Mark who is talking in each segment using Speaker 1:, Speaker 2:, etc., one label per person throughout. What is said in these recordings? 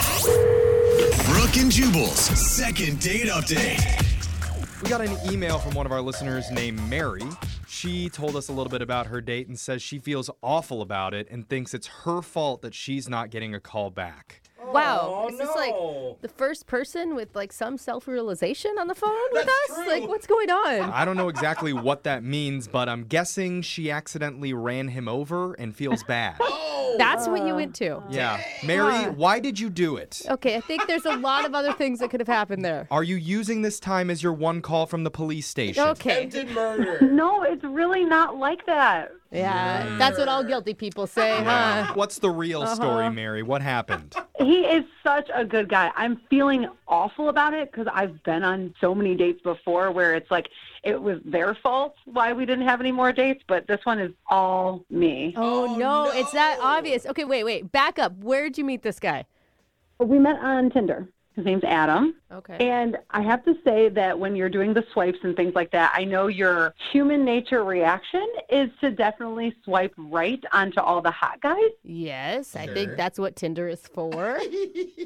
Speaker 1: 102.5. Brooke and Jubal's second date update.
Speaker 2: We got an email from one of our listeners named Mary. She told us a little bit about her date and says she feels awful about it and thinks it's her fault that she's not getting a call back.
Speaker 3: Wow. Is this like the first person with like some self realization on the phone with us? Like, what's going on?
Speaker 2: I don't know exactly what that means, but I'm guessing she accidentally ran him over and feels bad.
Speaker 3: That's what you went to.
Speaker 2: Yeah. Mary, why did you do it?
Speaker 3: Okay, I think there's a lot of other things that could have happened there.
Speaker 2: Are you using this time as your one call from the police station?
Speaker 3: Okay.
Speaker 4: No, it's really not like that.
Speaker 3: Yeah, that's what all guilty people say, huh?
Speaker 2: What's the real story, Mary? What happened?
Speaker 4: He is such a good guy. I'm feeling awful about it because I've been on so many dates before where it's like it was their fault why we didn't have any more dates, but this one is all me.
Speaker 3: Oh, no, it's that obvious. Okay, wait, wait. Back up. Where'd you meet this guy?
Speaker 4: Oh, We met on Tinder. His name's Adam.
Speaker 3: Okay.
Speaker 4: And I have to say that when you're doing the swipes and things like that, I know your human nature reaction is to definitely swipe right onto all the hot guys.
Speaker 3: Yes, I think that's what Tinder is for.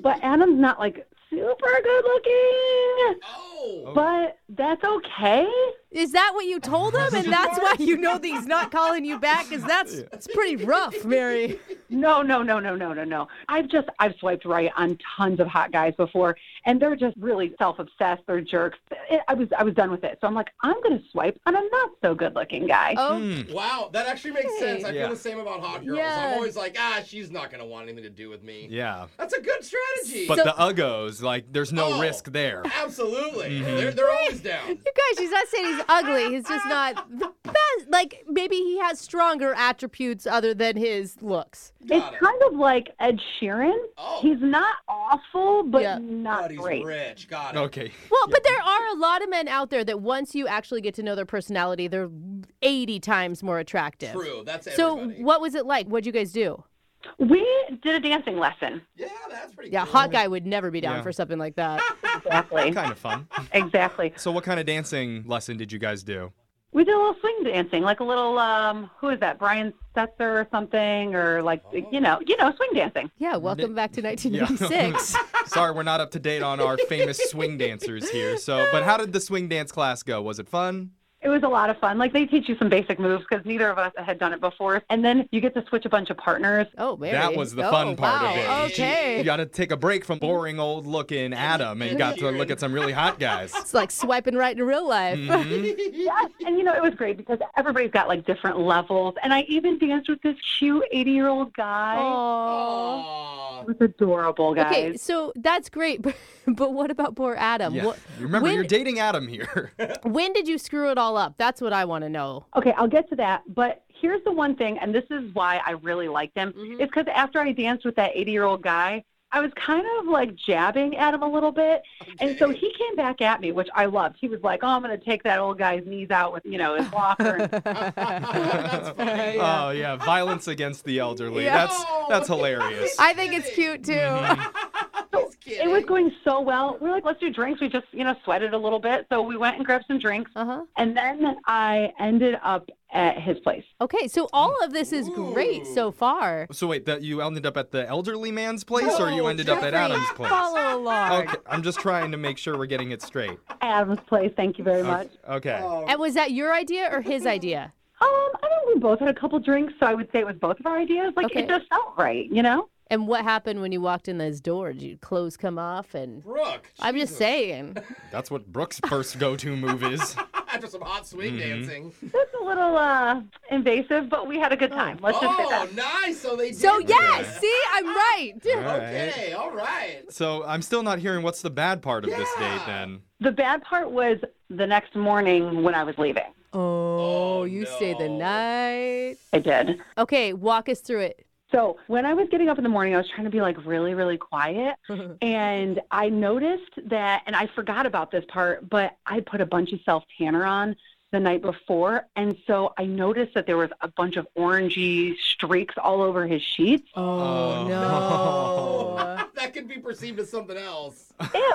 Speaker 4: But Adam's not like super good looking.
Speaker 5: Oh.
Speaker 4: But that's okay.
Speaker 3: Is that what you told him? And that's why you know that he's not calling you back? Because that's it's pretty rough, Mary.
Speaker 4: No, no, no, no, no, no, no. I've just I've swiped right on tons of hot guys before, and they're just really self-obsessed. They're jerks. It, I was I was done with it, so I'm like I'm gonna swipe on a not so good-looking guy.
Speaker 2: Hmm.
Speaker 3: Oh,
Speaker 5: Wow, that actually makes sense. I
Speaker 2: Yeah.
Speaker 5: feel the same about hot girls.
Speaker 3: Yeah.
Speaker 5: I'm always like, ah, she's not gonna want anything to do with me.
Speaker 2: Yeah.
Speaker 5: That's a good strategy.
Speaker 2: But the uggos, like, there's no
Speaker 5: Oh.
Speaker 2: risk there.
Speaker 5: Absolutely.
Speaker 2: Mm-hmm.
Speaker 5: They're, they're always down.
Speaker 3: you guys, he's not saying he's ugly. He's just not the best. Like, maybe he has stronger attributes other than his looks.
Speaker 5: Got
Speaker 4: it's
Speaker 5: it.
Speaker 4: kind of like Ed Sheeran.
Speaker 5: Oh.
Speaker 4: He's not awful, but
Speaker 3: Yeah.
Speaker 4: not
Speaker 5: But he's
Speaker 4: great.
Speaker 5: rich. Got it.
Speaker 2: Okay.
Speaker 3: Well, but there are a lot of men out there that once you actually get to know their personality, they're 80 times more attractive.
Speaker 5: True. That's
Speaker 3: So,
Speaker 5: everybody.
Speaker 3: what was it like? What'd you guys do?
Speaker 4: We did a dancing lesson.
Speaker 5: Yeah, that's pretty
Speaker 3: Yeah,
Speaker 5: cool.
Speaker 3: hot guy would never be down
Speaker 2: Yeah.
Speaker 3: for something like that.
Speaker 4: Exactly.
Speaker 2: Kind of fun.
Speaker 4: exactly.
Speaker 2: So, what kind of dancing lesson did you guys do?
Speaker 4: We did a little swing dancing, like a little um, who is that? Brian Setzer or something, or like you know, you know, swing dancing.
Speaker 3: Yeah, welcome back to 1996.
Speaker 2: Sorry, we're not up to date on our famous swing dancers here. So, but how did the swing dance class go? Was it fun?
Speaker 4: It was a lot of fun. Like they teach you some basic moves because neither of us had done it before, and then you get to switch a bunch of partners.
Speaker 3: Oh, Mary.
Speaker 2: That was the
Speaker 3: Oh,
Speaker 2: fun part of
Speaker 3: wow.
Speaker 2: it.
Speaker 3: Okay.
Speaker 2: You got to take a break from boring old looking Adam and got to look at some really hot guys. Mm-hmm.
Speaker 3: It's like swiping right in real life.
Speaker 2: Mm.
Speaker 4: Yes, and you know it was great because everybody's got like different levels, and I even danced with this cute eighty-year-old guy.
Speaker 3: Aw.
Speaker 5: Aw.
Speaker 4: He was adorable, guys.
Speaker 3: Okay, so that's great, but, but what about poor Adam?
Speaker 2: Yeah.
Speaker 3: What-
Speaker 2: Remember,
Speaker 3: when, Oh,
Speaker 2: you're dating Adam here.
Speaker 3: when did you screw it all up? That's what I want to know.
Speaker 4: Okay, I'll get to that. But here's the one thing, and this is why I really liked him,
Speaker 3: Mm-hmm.
Speaker 4: is because after I danced with that 80 year old guy, I was kind of like jabbing at him a little bit. And so he came back at me, which I loved. He was like, Oh, I'm going to take that old guy's knees out with, you know, his walker.
Speaker 5: that's funny.
Speaker 2: Oh yeah, violence against the elderly.
Speaker 3: Yeah.
Speaker 2: That's that's hilarious.
Speaker 3: I think it's cute too.
Speaker 5: Just
Speaker 4: it
Speaker 5: kidding.
Speaker 4: was going so well. We were like, Let's do drinks. We just, you know, sweated a little bit. So we went and grabbed some drinks.
Speaker 3: Uh huh.
Speaker 4: And then I ended up at his place.
Speaker 3: Okay, so all of this is great so far.
Speaker 2: So wait, that you ended up at the elderly man's place, or you
Speaker 5: No,
Speaker 2: ended up at
Speaker 3: Jeffrey,
Speaker 2: Adam's place?
Speaker 3: Follow along.
Speaker 2: Okay, I'm just trying to make sure we're getting it straight.
Speaker 4: Adam's place. Thank you very much.
Speaker 2: Okay.
Speaker 3: And was that your idea or his idea?
Speaker 4: Um, I think we both had a couple drinks, so I would say it was both of our ideas. Like
Speaker 3: Okay.
Speaker 4: it just felt right, you know.
Speaker 3: And what happened when you walked in his door? Did your clothes come off? And
Speaker 5: Brooke.
Speaker 3: I'm just saying.
Speaker 2: That's what Brooke's first go-to move is.
Speaker 5: After some hot swing
Speaker 2: Mm-hmm.
Speaker 5: dancing.
Speaker 4: That's a little uh, invasive, but we had a good time. Let's just say
Speaker 5: Oh,
Speaker 4: that.
Speaker 5: nice. So they did.
Speaker 3: So
Speaker 5: it.
Speaker 3: yeah, see, I'm right.
Speaker 2: All right.
Speaker 5: Okay, all right.
Speaker 2: So I'm still not hearing what's the bad part of this date
Speaker 5: Yeah.
Speaker 2: then.
Speaker 4: The bad part was the next morning when I was leaving.
Speaker 3: Oh, you stay the
Speaker 5: no.
Speaker 3: night.
Speaker 4: I did.
Speaker 3: Okay, walk us through it.
Speaker 4: So when I was getting up in the morning, I was trying to be like really, really quiet. and I noticed that, and I forgot about this part, but I put a bunch of self tanner on the night before. And so I noticed that there was a bunch of orangey streaks all over his sheets.
Speaker 2: Oh,
Speaker 3: no.
Speaker 5: that could be perceived as something else.
Speaker 4: Ew.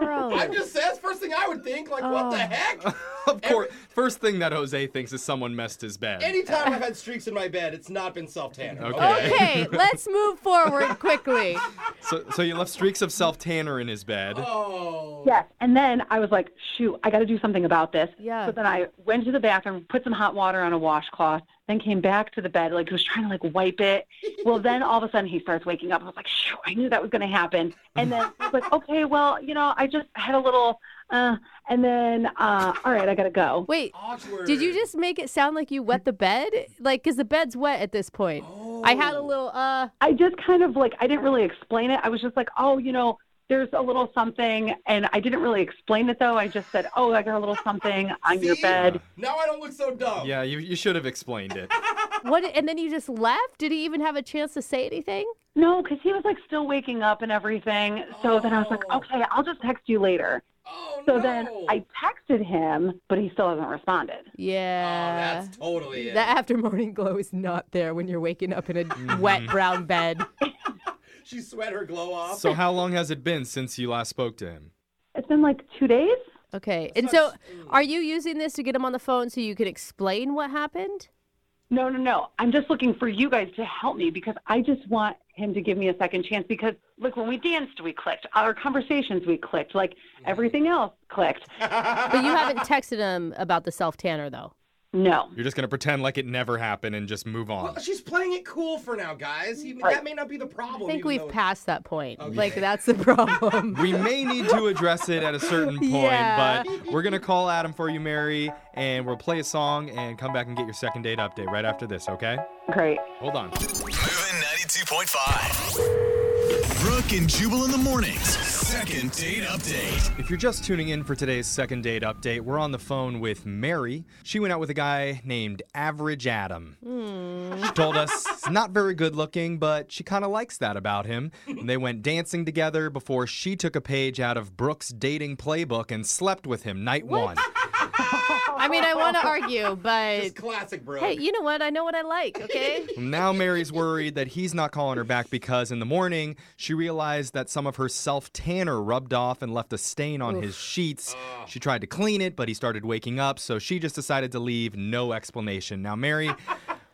Speaker 5: I'm just saying, that's the first thing I would think. Like, what
Speaker 2: Oh.
Speaker 5: the heck?
Speaker 2: Uh, of course, first thing that Jose thinks is someone messed his bed.
Speaker 5: Anytime I've had streaks in my bed, it's not been self tanning.
Speaker 2: Okay.
Speaker 3: Okay, let's move forward quickly.
Speaker 2: So, so you left streaks of self tanner in his bed.
Speaker 5: Oh.
Speaker 4: Yes. And then I was like, shoot, I got to do something about this.
Speaker 3: Yeah.
Speaker 4: So then I went to the bathroom, put some hot water on a washcloth, then came back to the bed, like was trying to like wipe it. Well, then all of a sudden he starts waking up. I was like, shoot, I knew that was going to happen. And then I was like, okay, well, you know, I just had a little, uh, and then, uh, all right, I got to go.
Speaker 3: Wait,
Speaker 5: Awkward.
Speaker 3: did you just make it sound like you wet the bed? Like, because the bed's wet at this point. I had
Speaker 5: Oh.
Speaker 3: a little, uh,
Speaker 4: I just kind of like I didn't really explain it. I was just like, oh, you know, there's a little something, and I didn't really explain it though. I just said, oh, I got a little something on your
Speaker 5: See?
Speaker 4: bed.
Speaker 5: Now I don't look so dumb.
Speaker 2: Yeah, you, you should have explained it.
Speaker 3: what? And then you just left? Did he even have a chance to say anything?
Speaker 5: Oh,
Speaker 4: No, because he was like still waking up and everything. So then I was like,
Speaker 5: Oh.
Speaker 4: okay, I'll just text you later.
Speaker 5: Oh
Speaker 4: So
Speaker 5: no.
Speaker 4: then I texted him, but he still hasn't responded.
Speaker 5: Oh,
Speaker 3: Yeah.
Speaker 5: that's totally it.
Speaker 3: That after morning glow is not there when you're waking up in a wet brown bed.
Speaker 5: She sweat her glow off.
Speaker 2: So how long has it been since you last spoke to him?
Speaker 4: It's been like two days.
Speaker 3: Okay. And so,
Speaker 5: Such-
Speaker 3: are you using this to get him on the phone so you can explain what happened?
Speaker 4: No, no, no. I'm just looking for you guys to help me because I just want him to give me a second chance. Because look, when we danced, we clicked. Our conversations, we clicked. Like everything else clicked.
Speaker 3: But you haven't texted him about the self tanner, though.
Speaker 4: No.
Speaker 2: You're just gonna pretend like it never happened and just move on.
Speaker 5: Well, she's playing it cool for now, guys. He, That may not be the problem.
Speaker 3: I think
Speaker 5: even
Speaker 3: we've
Speaker 5: though-
Speaker 3: passed that point.
Speaker 5: Okay.
Speaker 3: Like, that's the problem.
Speaker 2: We may need to address it at a certain point,
Speaker 3: Yeah.
Speaker 2: but we're gonna call Adam for you, Mary, and we'll play a song and come back and get your second date update right after this, okay?
Speaker 4: Great.
Speaker 2: Hold on.
Speaker 1: Moving 92.5. Brooke and Jubal in the mornings. Second date update.
Speaker 2: If you're just tuning in for today's second date update, we're on the phone with Mary. She went out with a guy named Average Adam. She told us he's not very good looking, but she kind of likes that about him. And they went dancing together before she took a page out of Brooke's dating playbook and slept with him night one.
Speaker 3: I mean, I want to argue,
Speaker 5: It's
Speaker 3: but
Speaker 5: classic, bro.
Speaker 3: hey, you know what? I know what I like, okay?
Speaker 2: Now Mary's worried that he's not calling her back because in the morning she realized that some of her self tanner rubbed off and left a stain on his sheets. She tried to clean it, but he started waking up, so she just decided to leave no explanation. Now Mary,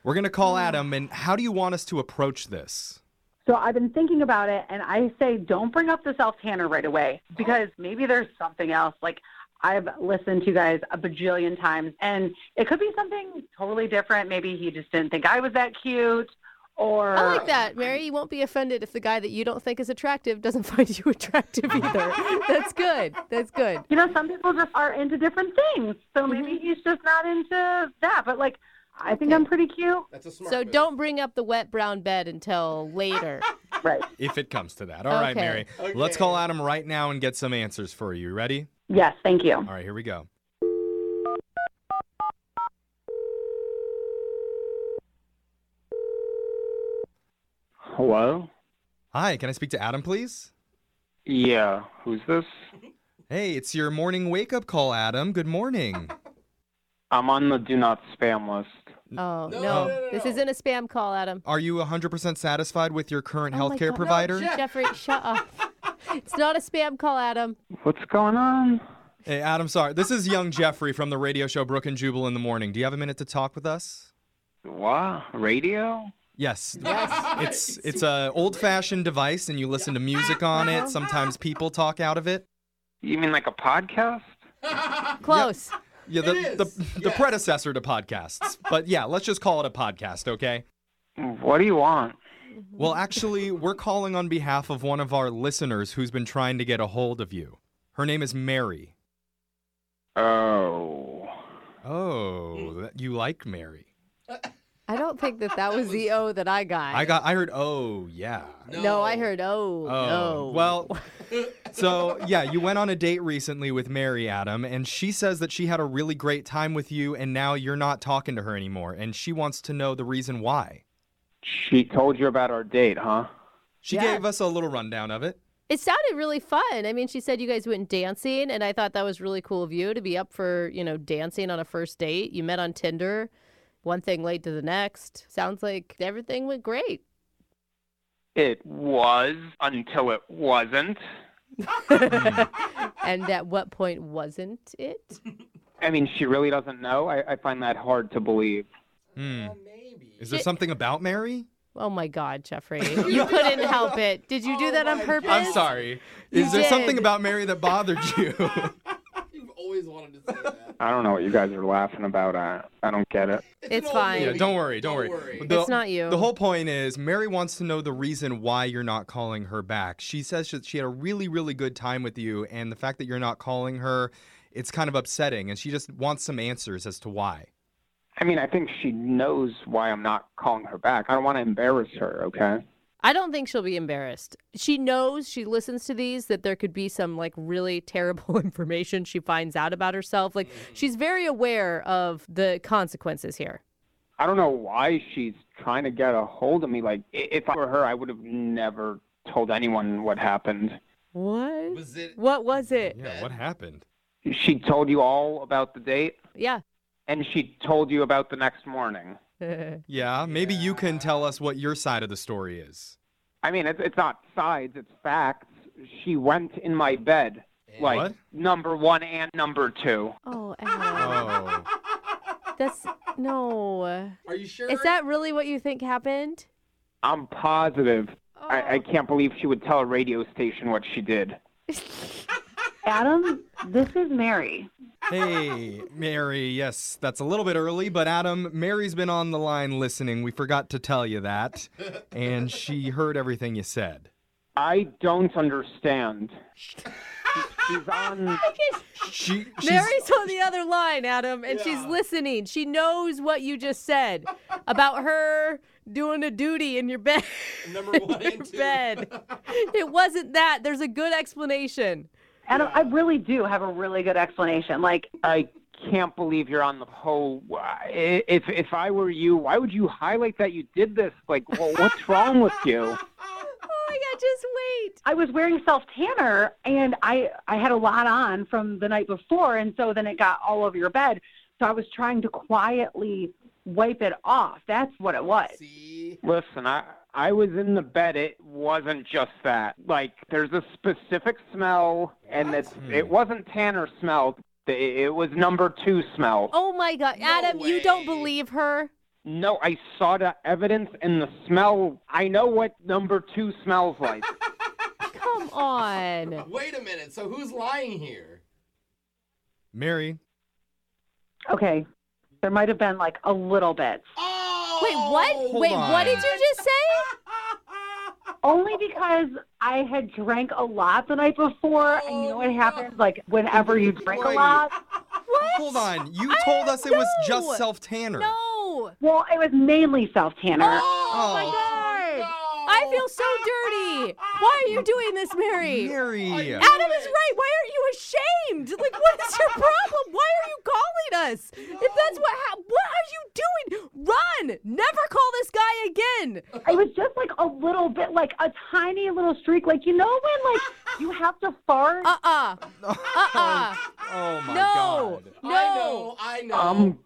Speaker 2: we're going to call Adam and how do you want us to approach this?
Speaker 4: So I've been thinking about it, and I say don't bring up the self tanner right away because maybe there's something else. Like I've listened to you guys a bajillion times, and it could be something totally different. Maybe he just didn't think I was that cute, or
Speaker 3: I like that, Mary. You won't be offended if the guy that you don't think is attractive doesn't find you attractive either. That's good. That's good.
Speaker 4: you know, some people just are into different things. So
Speaker 3: Mm-hmm.
Speaker 4: maybe he's just not into that. But like, I think I'm pretty cute,
Speaker 5: That's a smart
Speaker 3: So
Speaker 5: move.
Speaker 3: don't bring up the wet brown bed until later. Oh,
Speaker 4: right?
Speaker 2: If it comes to that. All right,
Speaker 3: Okay.
Speaker 2: Mary. Let's
Speaker 5: Okay.
Speaker 2: call Adam right now and get some answers for you. You ready?
Speaker 4: Yes, thank you.
Speaker 2: All right, here we go.
Speaker 6: Hello?
Speaker 2: Hi, can I speak to Adam, please?
Speaker 6: Yeah, who's this?
Speaker 2: Hey, it's your morning wake up call, Adam. Good morning.
Speaker 6: I'm on the do not spam list.
Speaker 3: Oh, no.
Speaker 5: no, no,
Speaker 3: This
Speaker 5: no.
Speaker 3: isn't a spam call, Adam.
Speaker 2: Are you 100% satisfied with your current
Speaker 3: Oh my
Speaker 2: healthcare
Speaker 3: God.
Speaker 2: provider?
Speaker 3: Jeffrey, shut up. It's not a spam call, Adam.
Speaker 6: What's going on?
Speaker 2: Hey, Adam, sorry. This is young Jeffrey from the radio show Brook and Jubal in the Morning. Do you have a minute to talk with us?
Speaker 6: What? Radio?
Speaker 2: Yes. It's it's a old-fashioned device and you listen to music
Speaker 5: Ah,
Speaker 2: on it. Sometimes people talk out of it.
Speaker 6: You mean like a podcast?
Speaker 3: Close.
Speaker 2: Yeah, the
Speaker 5: It
Speaker 2: the,
Speaker 5: is,
Speaker 2: the
Speaker 5: yes.
Speaker 2: predecessor to podcasts. But yeah, let's just call it a podcast, okay?
Speaker 6: What do you want?
Speaker 2: Well, actually, we're calling on behalf of one of our listeners who's been trying to get a hold of you. Her name is Mary.
Speaker 6: Oh.
Speaker 5: Hmm.
Speaker 2: Oh, that- you like Mary.
Speaker 3: I don't think that that was the O that I got.
Speaker 2: I got I heard oh, yeah.
Speaker 3: No, I heard oh, no.
Speaker 2: Well, so yeah, you went on a date recently with Mary Adam, and she says that she had a really great time with you, and now you're not talking to her anymore, and she wants to know the reason why.
Speaker 6: She told you about our date, huh?
Speaker 2: She
Speaker 3: Yeah.
Speaker 2: gave us a little rundown of it.
Speaker 3: It sounded really fun. I mean, she said you guys went dancing, and I thought that was really cool of you to be up for, you know, dancing on a first date. You met on Tinder, one thing led to the next. Sounds like everything went great.
Speaker 6: It was until it wasn't.
Speaker 3: And at what point wasn't it?
Speaker 6: I mean, she really doesn't know. I, I find that hard to believe.
Speaker 2: Hmm.
Speaker 5: Maybe.
Speaker 2: Is there something about Mary?
Speaker 3: Oh my God, Jeffrey. You couldn't help it. Did you do that on
Speaker 5: my
Speaker 3: purpose?
Speaker 2: I'm sorry. Is
Speaker 3: You
Speaker 2: there something
Speaker 3: did.
Speaker 2: about Mary that bothered you?
Speaker 5: You've always wanted to say that.
Speaker 6: I don't know what you guys are laughing about. I, I don't get it.
Speaker 3: It's
Speaker 5: an old
Speaker 3: fine.
Speaker 2: yeah,
Speaker 5: movie.
Speaker 2: don't worry, don't worry. The-
Speaker 3: It's not you.
Speaker 2: The whole point is Mary wants to know the reason why you're not calling her back. She says that she had a really, really good time with you, and the fact that you're not calling her, it's kind of upsetting, and she just wants some answers as to why.
Speaker 6: I mean, I think she knows why I'm not calling her back. I don't want to embarrass her, okay?
Speaker 3: I don't think she'll be embarrassed. She knows, she listens to these, that there could be some like really terrible information she finds out about herself. Like she's very aware of the consequences here.
Speaker 6: I don't know why she's trying to get a hold of me. Like, i- if I were her, I would have never told anyone what happened.
Speaker 3: What?
Speaker 5: Was it?
Speaker 3: What was it?
Speaker 2: Yeah, what happened?
Speaker 6: She told you all about the date,
Speaker 3: Yeah.
Speaker 6: and she told you about the next morning.
Speaker 2: Yeah, maybe you can tell us what your side of the story is.
Speaker 6: I mean, it's, it's not sides, it's facts. She went in my bed, like,
Speaker 2: What?
Speaker 6: number one and number two.
Speaker 3: oh, Al.
Speaker 2: Oh,
Speaker 3: that's no.
Speaker 5: Are you sure?
Speaker 3: Is that really what you think happened?
Speaker 6: I'm positive. I, I
Speaker 3: Oh.
Speaker 6: can't believe she would tell a radio station what she did.
Speaker 4: Adam, this is Mary.
Speaker 2: hey, Mary. Yes, that's a little bit early, but Adam, Mary's been on the line listening. We forgot to tell you that, and she heard everything you said.
Speaker 6: I don't understand. She's on.
Speaker 2: She, she's,
Speaker 3: Oh, Mary's on the other line, Adam, and she's
Speaker 5: Yeah.
Speaker 3: listening. She knows what you just said about her doing a duty in your bed.
Speaker 5: number one
Speaker 3: your
Speaker 5: and two?
Speaker 3: bed. It wasn't that. There's a good explanation.
Speaker 4: Adam, I really do have a really good explanation. Like,
Speaker 6: I can't believe you're on the whole. I- If if I were you, why would you highlight that you did this? Like, well, what's wrong with you?
Speaker 3: Oh my god, just wait.
Speaker 4: I was wearing self tanner and I I had a lot on from the night before and so then it got all over your bed. So I was trying to quietly wipe it off. That's what it was.
Speaker 5: See?
Speaker 6: Listen, I I was in the bed. It wasn't just that. Like, there's a specific smell, and it's it wasn't Tanner smell. It, it was number two smell.
Speaker 3: Oh my god,
Speaker 5: No
Speaker 3: Adam, you don't
Speaker 5: way.
Speaker 3: believe her?
Speaker 6: No, I saw the evidence and the smell. I know what number two smells like.
Speaker 3: Come on.
Speaker 5: Wait a minute. So who's lying here?
Speaker 2: Mary,
Speaker 4: Okay. There might have been like a little bit.
Speaker 5: Oh!
Speaker 3: Wait, what?
Speaker 2: hold
Speaker 3: Wait, what
Speaker 2: on.
Speaker 3: did you just say?
Speaker 4: Only because I had drank a lot the night before and you know what happens like whenever you drink a lot?
Speaker 2: Hold on. You told us it was just
Speaker 3: know.
Speaker 2: self tanner.
Speaker 3: No.
Speaker 4: Well, it was mainly self tanner.
Speaker 3: Oh my
Speaker 2: Oh,
Speaker 3: god. I feel so dirty. Why are you doing this, Mary?
Speaker 2: Mary.
Speaker 3: Adam is right. Why aren't you ashamed? Like, what is your problem? Why are you calling us? If that's what, ha- what are you doing? Run! Never call this guy again.
Speaker 4: It was just like a little bit like a tiny little streak. Like you know when like you have to fart?
Speaker 3: Uh uh-uh. uh.
Speaker 2: Oh my
Speaker 3: No.
Speaker 2: god.
Speaker 3: No.
Speaker 5: I know. I know.
Speaker 3: Oh.
Speaker 6: I'm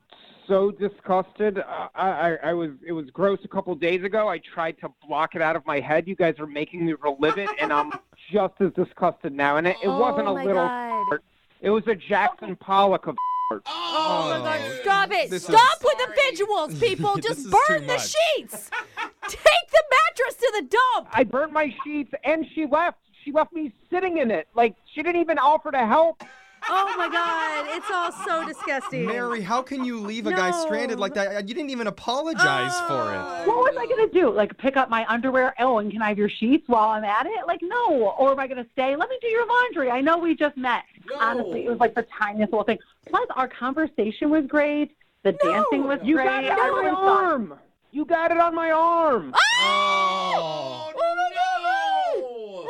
Speaker 6: so disgusted. I, I, I was it was gross a couple days ago. I tried to block it out of my head. You guys are making me relive it, and I'm just as disgusted now. And it, it wasn't a
Speaker 3: oh my
Speaker 6: little.
Speaker 3: God.
Speaker 6: It was a Jackson Pollock of.
Speaker 5: Oh,
Speaker 2: Oh, my God.
Speaker 3: Stop it.
Speaker 2: This is-
Speaker 3: Stop with the
Speaker 5: Sorry.
Speaker 3: visuals, people.
Speaker 2: This
Speaker 3: Just
Speaker 2: is
Speaker 3: burn
Speaker 2: too
Speaker 3: the
Speaker 2: much.
Speaker 3: sheets. Take the mattress to the dump.
Speaker 6: I burned my sheets, and she left. She left me sitting in it. Like she didn't even offer to help.
Speaker 3: Oh my God. It's all so disgusting.
Speaker 2: Mary, how can you leave a guy
Speaker 3: No. Uh,
Speaker 2: stranded like that? You didn't even apologize for
Speaker 4: what was I gonna do? Like pick up my underwear? Oh, and can I have your sheets while I'm at it? Like no. Or am I gonna say, let me do your laundry? I know we just met.
Speaker 5: No.
Speaker 4: Honestly, it was like the tiniest little thing. Plus, our conversation was great. The dancing was
Speaker 6: You
Speaker 4: great.
Speaker 6: got it
Speaker 4: I
Speaker 6: on my
Speaker 4: really thought-
Speaker 6: arm. You got it on my arm.
Speaker 3: Ah!
Speaker 5: Oh, no.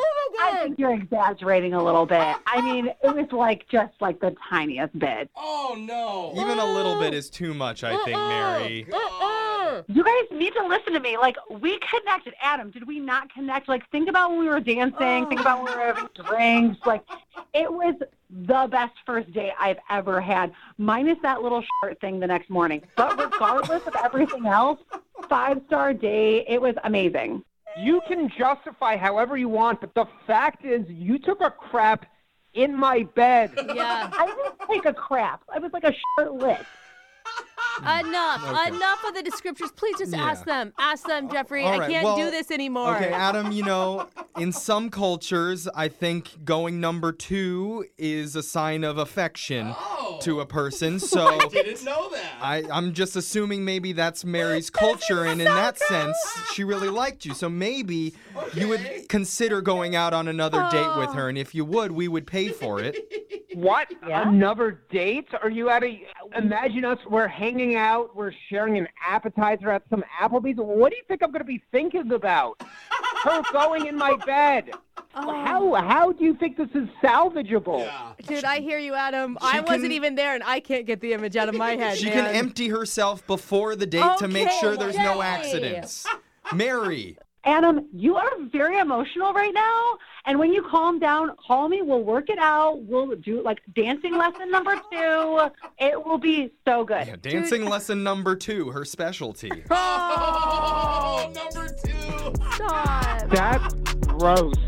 Speaker 3: Oh my
Speaker 4: I
Speaker 3: God.
Speaker 4: think you're exaggerating a little bit. I mean, it was like just like the tiniest bit.
Speaker 5: Oh, no.
Speaker 2: it. Even a little bit is too much, I think, Mary.
Speaker 3: Uh-uh.
Speaker 4: You guys need to listen to me. Like we connected, Adam. Did we not connect? Like think about when we were dancing. Think about when we were having drinks. Like it was the best first date I've ever had, minus that little shirt thing the next morning. But regardless of everything else, five star date. It was amazing.
Speaker 6: You can justify however you want, but the fact is, you took a crap in my bed.
Speaker 3: Yeah.
Speaker 4: I didn't take a crap. I was like a shirtless.
Speaker 3: Enough.
Speaker 2: Okay.
Speaker 3: Enough of the descriptors. Please just
Speaker 2: Yeah.
Speaker 3: ask them. Ask them, Jeffrey.
Speaker 2: All
Speaker 3: I
Speaker 2: right,
Speaker 3: can't do
Speaker 2: well,
Speaker 3: this anymore.
Speaker 2: Okay, Adam, you know, in some cultures, I think going number two is a sign of affection
Speaker 5: Oh.
Speaker 2: to a person. So
Speaker 5: Didn't know that.
Speaker 2: I, I'm just assuming maybe that's Mary's culture, and in that sense, she really liked you. So maybe you
Speaker 5: Okay.
Speaker 2: would consider going out on another date with
Speaker 3: Oh.
Speaker 2: her, and if you would, we would pay for it.
Speaker 6: What?
Speaker 4: Yeah.
Speaker 6: Another date? Are you at a? Imagine us. We're hanging out. We're sharing an appetizer at some Applebee's. What do you think I'm going to be thinking about? Her going in my bed. How how do you think this is salvageable?
Speaker 5: yeah.
Speaker 3: Dude, I hear you, Adam. I wasn't
Speaker 2: can-
Speaker 3: even there, and I can't get the image out of my head.
Speaker 2: She can
Speaker 3: man.
Speaker 2: empty herself before the date to make
Speaker 3: Okay,
Speaker 2: sure there's no
Speaker 3: yay.
Speaker 2: accidents. Mary,
Speaker 4: Adam, you are very emotional right now. And when you calm down, call me. We'll work it out. We'll do like dancing lesson number two. It will be so good.
Speaker 2: yeah, dancing lesson number two, her specialty.
Speaker 5: Oh, number two.
Speaker 3: Stop.
Speaker 6: That's gross.